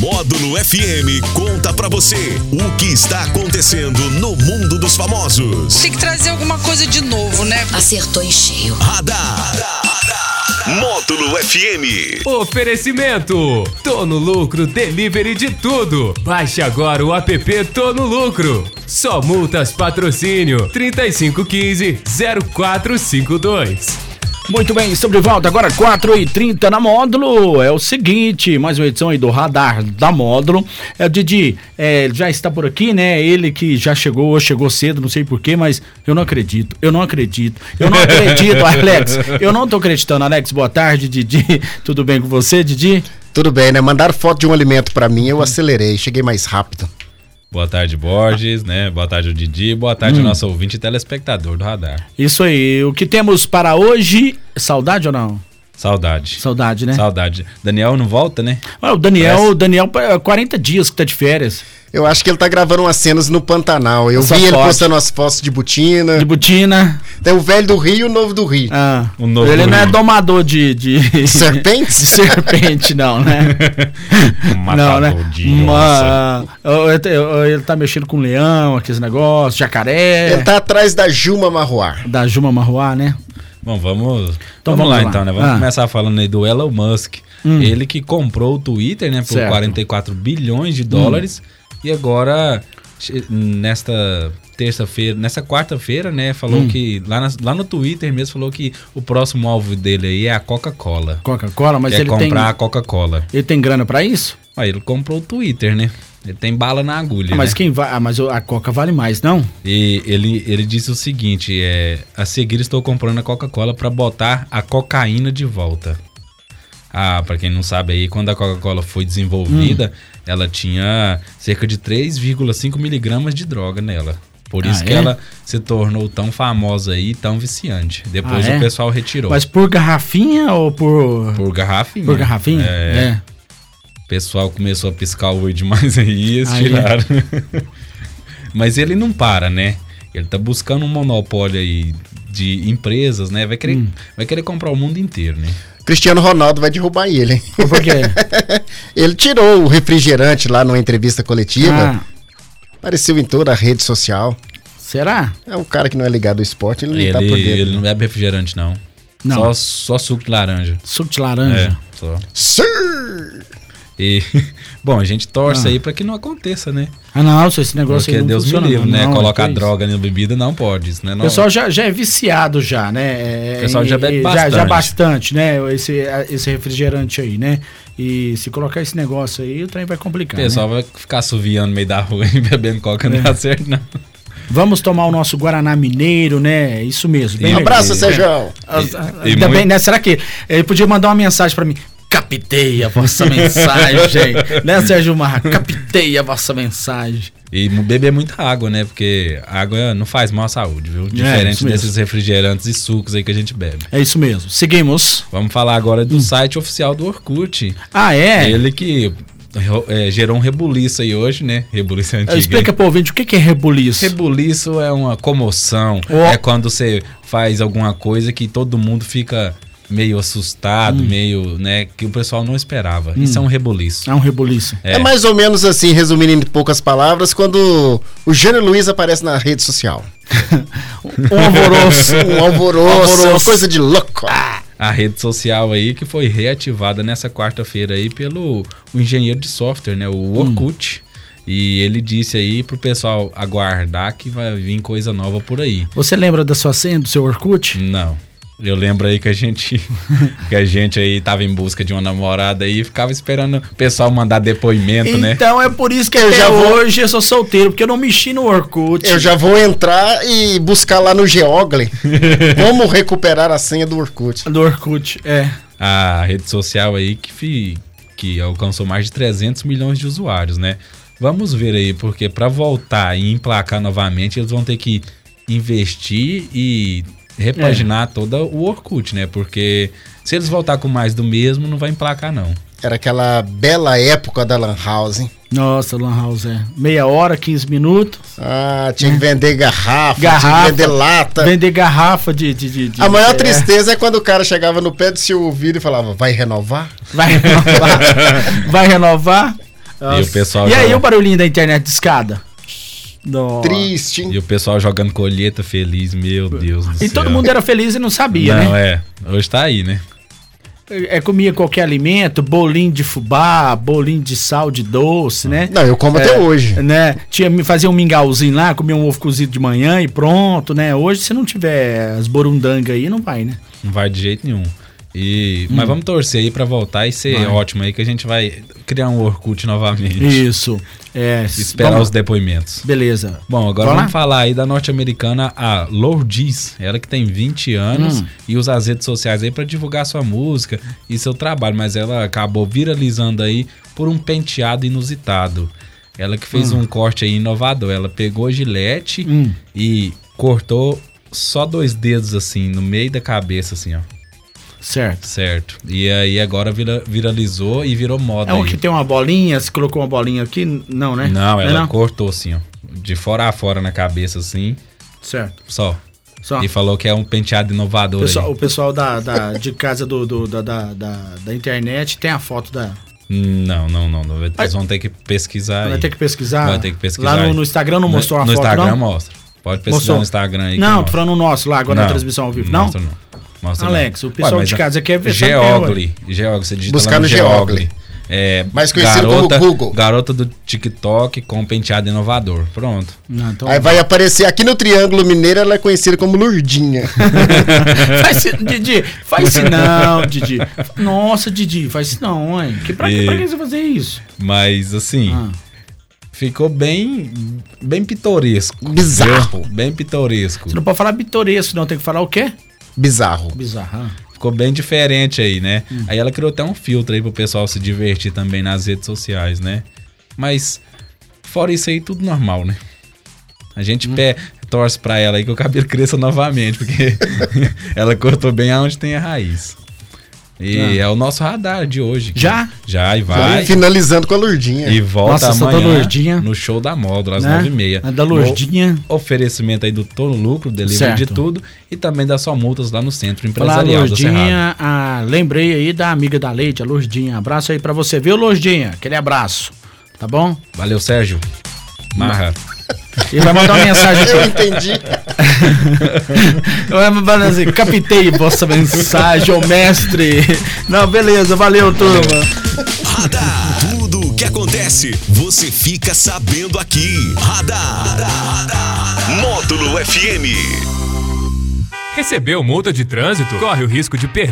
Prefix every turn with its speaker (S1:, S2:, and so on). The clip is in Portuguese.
S1: Módulo FM conta pra você o que está acontecendo no mundo dos famosos.
S2: Tem que trazer alguma coisa de novo, né?
S3: Acertou em cheio.
S1: Radar. Módulo FM.
S4: Oferecimento: Tô no lucro, delivery de tudo. Baixe agora o app Tô no lucro. Só multas patrocínio 3515 0452.
S5: Muito bem, estamos de volta agora 4h30 na módulo. É o seguinte, mais uma edição aí do Radar da Módulo. É, o Didi é, já está por aqui, né? Ele que já chegou, chegou cedo, não sei porquê, mas eu não acredito, eu não acredito, eu não acredito, Alex. Eu não tô acreditando, Alex. Boa tarde, Didi. Tudo bem com você, Didi?
S6: Tudo bem, né? Mandaram foto de um alimento pra mim,
S5: Uhum.
S6: eu acelerei, cheguei mais rápido.
S7: Boa tarde, Borges, né? Boa tarde, o Didi. Boa
S5: Hum.
S7: tarde, nosso ouvinte e telespectador do Radar.
S5: Isso aí, o que temos para hoje? Saudade ou não?
S7: Saudade.
S5: Saudade, né?
S7: Saudade. Daniel não volta, né?
S5: Ah, o Daniel, o Daniel, é 40 dias que tá de férias.
S6: Eu acho que ele tá gravando umas cenas no Pantanal. Eu
S5: Essa
S6: vi ele
S5: foto.
S6: postando umas fotos de botina.
S5: De botina.
S6: Tem o velho do Rio e o novo do Rio.
S5: Ah,
S7: O Um novo
S5: ele não é
S7: Rio.
S5: domador de, de...
S6: Serpentes?
S5: de serpente, não, né? não, né?
S7: Matador de
S5: Uma- eu- eu te- eu- Ele tá mexendo com leão, aqueles negócios, jacaré,
S6: Ele tá atrás da Juma Marroar.
S5: da Juma Marroá, né?
S7: Bom, vamos,
S5: Então
S7: vamos,
S5: vamos
S7: lá,
S5: lá.
S7: então, né? Vamos
S5: Ah. Hum.
S7: começar falando aí do Elon Musk. Ele que comprou o Twitter, né, por
S5: Certo. Hum.
S7: 44 bilhões de dólares e agora che- nesta terça-feira, nessa quarta-feira, né, falou
S5: Hum.
S7: que lá, nas- lá no Twitter mesmo falou que o próximo alvo dele aí é a Coca-Cola.
S5: Coca-Cola, mas
S7: Quer
S5: ele
S7: comprar a
S5: tem...
S7: Coca-Cola.
S5: Ele tem grana pra isso?
S7: Aí ele comprou o Twitter, né? Ele tem bala na agulha.
S5: Ah, mas
S7: né?
S5: quem vai... Ah, mas a Coca vale mais, não?
S7: E ele, ele disse o seguinte: é, a seguir estou comprando a Coca-Cola para botar a cocaína de volta. Ah, para quem não sabe aí, quando a Coca-Cola foi desenvolvida,
S5: Hum.
S7: ela tinha cerca de 3,5 miligramas de droga nela. Por
S5: Ah,
S7: isso que
S5: é?
S7: ela se tornou tão famosa aí, tão viciante. Depois
S5: Ah, é?
S7: o pessoal retirou.
S5: Mas por garrafinha ou por...
S7: por garrafinha.
S5: Por garrafinha?
S7: É,
S5: É.
S7: O pessoal começou a piscar o olho demais aí e eles
S5: Aí.
S7: tiraram. Mas ele não para, né? Ele tá buscando um monopólio aí de empresas, né? Vai querer,
S5: Hum.
S7: vai querer comprar o mundo inteiro, né?
S6: Cristiano Ronaldo vai derrubar ele, hein?
S5: Ou por quê?
S6: Ele tirou o refrigerante lá numa entrevista
S5: Ah,
S6: coletiva. Apareceu em toda a rede social.
S5: será?
S6: É um cara que não é ligado ao esporte, ele não
S7: Ele,
S6: tá por dentro.
S7: ele não bebe refrigerante, não.
S5: Não. Hum.
S7: Só, só suco de laranja.
S5: Suco de
S7: É,
S5: laranja.
S7: só.
S6: Sir!
S7: E, bom, a gente torce
S5: Ah.
S7: aí pra que não aconteça, né?
S5: Ah, não, se esse negócio
S7: Porque
S5: aí não
S7: Deus me
S5: funciona,
S7: livre, né?
S5: não, é
S7: Colocar
S5: que isso.
S7: droga na bebida não pode, isso né?
S5: O
S7: Não,
S5: pessoal já, já é viciado já, né? É,
S7: O pessoal já bebe
S5: e- Já,
S7: bastante.
S5: bastante, né? Esse, esse refrigerante aí, né? E se colocar esse negócio aí, o trem vai
S7: o
S5: complicar, né? É.
S7: pessoal vai ficar assoviando no meio da rua e bebendo coca, não dá certo, não.
S5: né? Vamos tomar o nosso Guaraná Mineiro, né? Isso mesmo. bem
S7: E-
S6: Um abraço,
S5: legal.
S6: Sérgio!
S5: Ah,
S7: E- e
S5: Ainda
S7: muito-
S5: bem, né? Será que ele podia mandar uma mensagem pra mim? Captei a vossa mensagem, né, Sérgio Marra? Captei a vossa mensagem.
S7: E beber muita água, né? Porque água não faz mal à saúde, viu? Diferente
S5: É, isso mesmo.
S7: desses refrigerantes e sucos aí que a gente bebe.
S5: É isso mesmo. Seguimos.
S7: Vamos falar agora do site oficial do Orkut.
S5: Ah, Hum. é?
S7: Ele que é, gerou um rebuliço aí hoje, né? Rebuliço é antigo. hein?
S5: Explica pro ouvinte o que que é rebuliço.
S7: Rebuliço é uma comoção.
S5: Ó.
S7: É quando você faz alguma coisa que todo mundo fica meio
S5: Hum.
S7: assustado, meio, né? Que o pessoal não esperava. Isso é um rebuliço.
S5: É um rebuliço.
S6: É. mais ou menos assim, resumindo em poucas palavras, quando o Jânio Luiz aparece na rede social.
S5: Um alvoroço.
S6: Um alvoroço,
S5: Alvoroço. Ah.
S6: uma coisa de louco.
S7: a rede social aí que foi reativada nessa quarta-feira aí pelo o engenheiro de software, né, o Orkut. E ele disse aí pro pessoal aguardar que vai vir coisa nova por aí.
S5: Você lembra da sua senha, do seu Orkut?
S7: Não. Eu lembro aí que a gente que a gente aí tava em busca de uma namorada aí e ficava esperando o pessoal mandar depoimento, né?
S5: Então é por isso que eu
S6: Eu
S5: até
S6: já vou-
S5: hoje eu sou solteiro, porque eu não mexi no Orkut.
S6: Eu já vou entrar e buscar lá no Geogli como recuperar a senha do Orkut.
S5: Do Orkut, é.
S7: a rede social aí que, fi- que alcançou mais de 300 milhões de usuários, né? Vamos ver aí, porque para voltar e emplacar novamente, eles vão ter que investir e repaginar
S5: É.
S7: toda o Orkut, né? Porque se eles voltar com mais do mesmo, não vai emplacar não.
S6: Era aquela bela época da Lan House, hein?
S5: Nossa, Lan House, é. Meia hora, 15 minutos.
S6: Ah, tinha que vender garrafa, tinha
S5: Hum. Garrafa.
S6: que vender lata.
S5: Vender garrafa de. de, de, de-
S6: Tá. A maior
S5: é.
S6: tristeza é quando o cara chegava no pé do seu ouvido e falava, vai renovar?
S5: Vai renovar. Vai renovar.
S7: E o pessoal
S5: E aí
S7: joga-
S5: o barulhinho da internet de escada? Nossa.
S6: Triste, hein?
S7: e o pessoal jogando colheita feliz, meu Deus do
S5: E
S7: céu.
S5: todo mundo era feliz e não sabia,
S7: Não,
S5: né?
S7: é. Hoje tá aí, né?
S5: É, comia qualquer alimento, bolinho de fubá, bolinho de sal de doce, né?
S6: Não, eu como até hoje.
S5: Né? Tinha me fazer um mingauzinho lá, comer um ovo cozido de manhã e pronto, né? Hoje, se não tiver as borundangas aí, não vai, né?
S7: Não vai de jeito nenhum. E, Mas
S5: Hum.
S7: vamos torcer aí pra voltar e ser ótimo aí, que a gente vai criar um Orkut novamente.
S5: Isso. É,
S7: Esperar
S5: vamos-
S7: os depoimentos.
S5: Beleza.
S7: Bom, agora
S5: Vamos
S7: vamos falar aí da norte-americana a Lourdes, ela que tem 20
S5: Hum.
S7: anos e usa as redes sociais aí pra divulgar sua música e seu trabalho, mas ela acabou viralizando aí por um penteado inusitado. Ela que fez
S5: Hum.
S7: um corte aí inovador, ela pegou a gilete e cortou só dois dedos assim no meio da cabeça assim, ó.
S5: Certo.
S7: Certo. E aí agora vira- viralizou e virou moda
S5: É um
S7: aí.
S5: que tem uma bolinha, você colocou uma bolinha aqui? Não, né?
S7: Não, ela
S5: não?
S7: cortou assim, ó, de fora a fora na cabeça assim,
S5: Certo.
S7: só.
S5: Só.
S7: E falou que é um penteado inovador.
S5: Pessoal-
S7: aí.
S5: o pessoal da, da- de casa do, do- da, da, da- da internet tem a foto da.
S7: Não, não, não. não. Eles vão ter que pesquisar.
S5: Vai
S7: aí.
S5: ter que pesquisar.
S7: Vai ter que pesquisar.
S5: Lá
S7: aí.
S5: no, no Instagram não mostrou a
S7: no
S5: foto,
S7: Instagram
S5: não?
S7: mostra. Pode pesquisar
S5: Mostrou.
S7: no Instagram aí. que
S5: não, tô
S7: mostra.
S5: falando no nosso lá, agora na
S7: Não,
S5: transmissão ao vivo.
S7: Não?
S5: Não?
S7: Mostra não. Mostra
S5: Alex,
S7: não.
S5: o pessoal
S7: Ué, mas
S5: de
S7: a-
S5: casa quer ver, sabe quem é,
S7: Geogli. Geogli, você digita
S6: Buscar
S7: lá no
S6: no Geogli.
S7: Geogli. É,
S6: Mais conhecido como Google.
S7: Garota do TikTok com penteado inovador. Pronto.
S5: Não, então.
S6: Aí vai aparecer aqui no Triângulo Mineiro, ela é conhecida como Lurdinha.
S5: Faz se, Didi, faz se não, Didi. Nossa, Didi, faz se não, ué. Que pra, que,
S7: E-
S5: pra que você fazer isso?
S7: Mas assim,
S5: Ah.
S7: ficou bem bem pitoresco.
S6: Bizarro.
S7: viu? Bem pitoresco.
S5: Você não pode falar pitoresco, não. Tem que falar o quê?
S6: Bizarro.
S5: Bizarro. ah.
S7: Ficou bem diferente aí, né? Aí ela criou até um filtro aí pro pessoal se divertir também nas redes sociais, né? Mas, fora isso aí, tudo normal, né? A
S5: Hum.
S7: gente pé, torce pra ela aí que o cabelo cresça novamente, porque ela cortou bem aonde tem a raiz. E é o nosso radar de hoje. que-
S5: Ah. Já?
S7: Já, e vai.
S6: Finalizando com a Lurdinha.
S7: E volta
S5: Nossa, essa da
S7: amanhã
S5: Lourdinha.
S7: no show da Módulo, às
S5: Né?
S7: nove e meia.
S5: A da Lourdinha.
S7: Oferecimento aí do Tono Lucro, delivery
S5: Certo.
S7: de tudo, e também das só multas lá no Centro
S5: Lá,
S7: Empresarial do Cerrado.
S5: Lourdinha, ah, lembrei aí da amiga da Leite, a Lourdinha. Abraço aí pra você, viu, Lourdinha? Aquele abraço, tá bom?
S7: Valeu, Sérgio. Marra.
S5: E vai mandar uma mensagem
S6: Eu entendi.
S5: Vai mandar assim, captei vossa mensagem, ô mestre. Não, beleza, valeu, turma.
S1: Radar. Tudo o que acontece, você fica sabendo aqui. Radar. Módulo FM.
S4: Recebeu multa de trânsito? Corre o risco de perder.